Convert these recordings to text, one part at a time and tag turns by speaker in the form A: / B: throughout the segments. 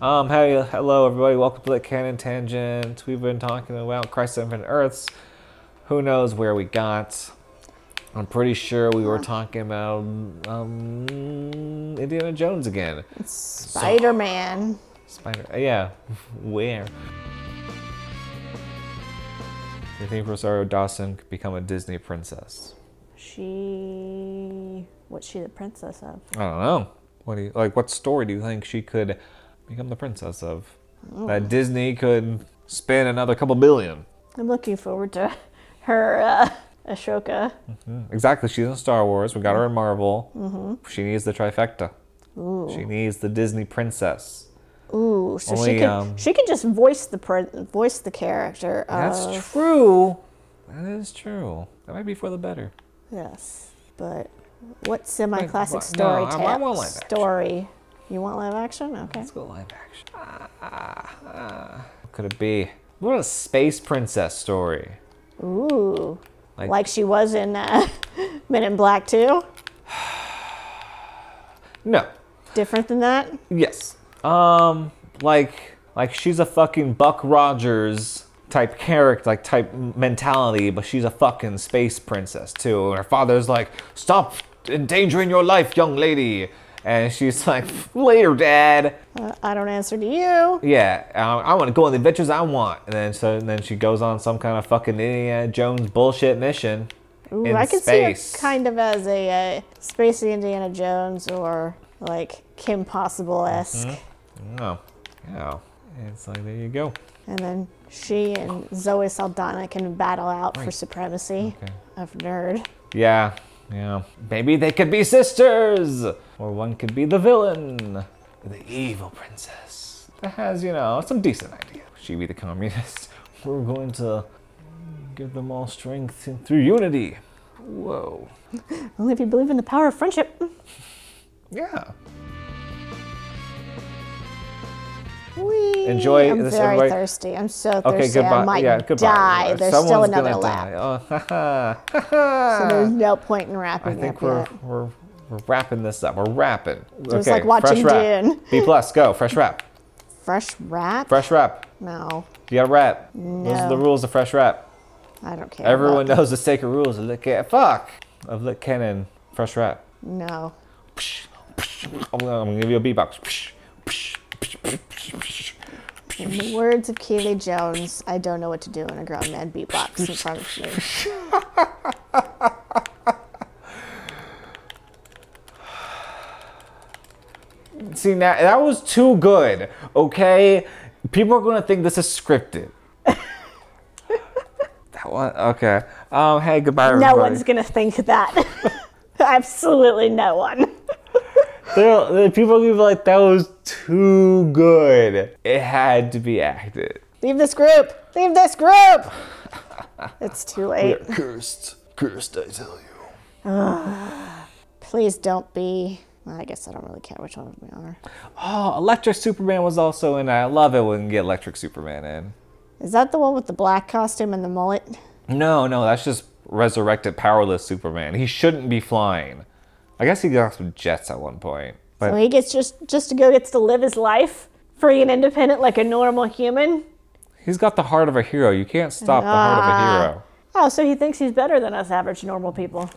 A: Um, hey, hello everybody. Welcome to the Canon Tangent. We've been talking about Christ of Infinite Earths. Who knows where we got? I'm pretty sure we were talking about um, Indiana Jones again.
B: Spider Man.
A: Spider. uh, Yeah, where? Do you think Rosario Dawson could become a Disney princess?
B: She. What's she the princess of?
A: I don't know. What do you like? What story do you think she could become the princess of? That Disney could spend another couple billion.
B: I'm looking forward to her uh, Ashoka.
A: Exactly. She's in Star Wars. We got her in Marvel. She needs the trifecta. She needs the Disney princess.
B: Ooh, so
A: Only,
B: she could
A: um,
B: she could just voice the prin- voice the character.
A: That's
B: of-
A: true. That is true. That might be for the better.
B: Yes, but what semi-classic
A: Wait, what?
B: story?
A: No, I- I
B: tale-
A: want live action.
B: story. You want live action? Okay.
A: Let's go live action. Ah, ah. What Could it be? What a space princess story.
B: Ooh,
A: Like-
B: like, she was in uh, Men in Black too.
A: No.
B: Different than that.
A: Yes. Um, like, like she's a fucking Buck Rogers type character, like type mentality, but she's a fucking space princess too. And her father's like, "Stop endangering your life, young lady," and she's like, "Later, dad."
B: Uh, I don't answer to you.
A: Yeah, um, I, I want to go on the adventures I want. And then so and then she goes on some kind of fucking Indiana Jones bullshit mission
B: Ooh,
A: in
B: I could
A: space.
B: see her kind of as a uh, spacey Indiana Jones or like Kim Possible esque.
A: Oh, yeah. It's like there you go.
B: And then she and Zoe Saldana can battle out for
A: Right.
B: supremacy
A: Okay.
B: of nerd.
A: Yeah, yeah. Maybe they could be sisters, or one could be the villain, the evil princess that has you know some decent idea. She be the communist. We're going to give them all strength through unity. Whoa.
B: Only if you believe in the power of friendship.
A: Yeah.
B: Whee!
A: Enjoy
B: I'm
A: this,
B: very
A: everybody.
B: thirsty. I'm so thirsty.
A: Okay,
B: I
A: goodbye.
B: might
A: Yeah, goodbye.
B: die.
A: Uh,
B: There's still
A: Someone's
B: another
A: gonna
B: lap.
A: die. Oh, haha.
B: So there's no point in wrapping
A: I think
B: up
A: we're,
B: yet.
A: we're we're wrapping this up. We're wrapping.
B: So it's like watching
A: fresh wrap.
B: Dune.
A: Be blessed. Go. Fresh wrap.
B: Fresh wrap?
A: Fresh wrap.
B: No,
A: You gotta wrap. Those are the
B: No.
A: rules of fresh wrap.
B: I don't care.
A: Everyone
B: about-
A: knows the sacred rules of Lick Cannon. Fuck! Of Lick Cannon. Fresh wrap.
B: No.
A: Psh, psh. I'm gonna I'm gonna give you a beatbox. Psh, psh, psh, psh, psh, psh.
B: In the words of Keely Jones, I don't know what to do when a grown man beatbox in front of me.
A: See, now that was too good, okay? People are gonna think this is scripted. that one, okay. Um, hey, goodbye,
B: No
A: everybody.
B: one's gonna think that. Absolutely no one.
A: They'll- the people are gonna be like, that was too good. It had to be acted.
B: Leave this group. Leave this group. It's too late.
A: Cursed, cursed, I tell you.
B: Please don't be. Well, I guess I don't really care which one of them are.
A: Oh, Electric Superman was also in. it. I love it when you get Electric Superman
B: Is that the one with the black costume and the mullet?
A: in. No, no, that's just resurrected, powerless Superman. He shouldn't be flying. I guess he got some jets at one point. But
B: So he gets just just to go gets to live his life free and independent like a normal human.
A: He's got the heart of a hero. You can't stop the heart of a hero.
B: Oh, so he thinks he's better than us average normal people.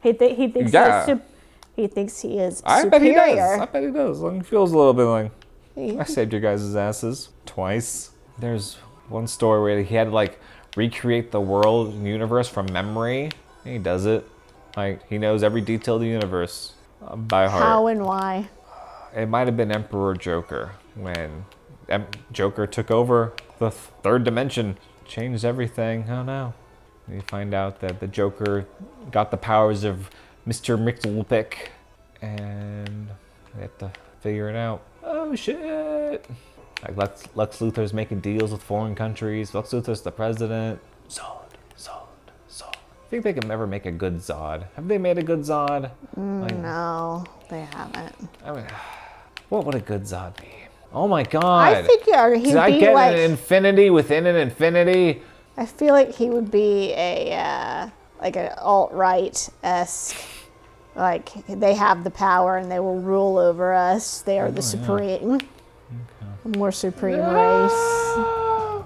B: He th- he thinks
A: Yeah.
B: he's sup- he thinks he is
A: I
B: superior.
A: bet he does. I bet he does. Like, feels a little bit like
B: He-
A: I saved your guys' asses twice. There's one story where he had to like recreate the world and universe from memory. And he does it. Like he knows every detail of the universe uh, by heart.
B: How and why?
A: it might have been Emperor Joker when em- Joker took over the th- third dimension, changed everything. Oh no. You find out that the Joker got the powers of Mr. McLupick and they have to figure it out. Oh shit. Like Lex, Lex Luthor's making deals with foreign countries. Lex Luthor's the president. Zod, Zod, Zod. I think they can never make a good Zod. Have they made a good Zod? Like,
B: Mm, No, they haven't.
A: I mean, what would a good Zod be? Oh my god.
B: I think yeah, he'd
A: Did I
B: be
A: get
B: like
A: an infinity within an infinity?
B: I feel like he would be a uh, like an alt right esque. Like they have the power and they will rule over us. They are the supreme.
A: Okay.
B: more supreme race. I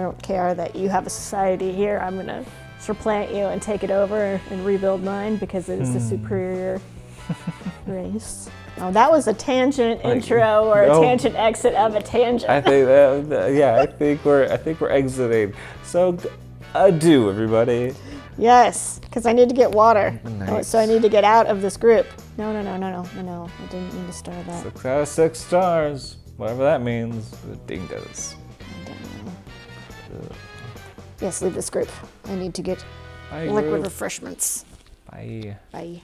B: don't care that you have a society here. I'm gonna supplant you and take it over and rebuild mine because it
A: Hmm.
B: is the superior race. Oh, that was a tangent intro or a
A: no.
B: tangent exit of a tangent.
A: I think that, yeah, I think we're I think we're exiting. So g- adieu everybody.
B: Yes, because I need to get water.
A: Nice.
B: So I need to get out of this group. No, no, no, no, no, no, no. I didn't mean to start that.
A: Six out of six stars. Whatever that means. The ding does.
B: Yes, leave this group. I need to get
A: Bye.
B: liquid
A: group.
B: refreshments.
A: Bye.
B: Bye.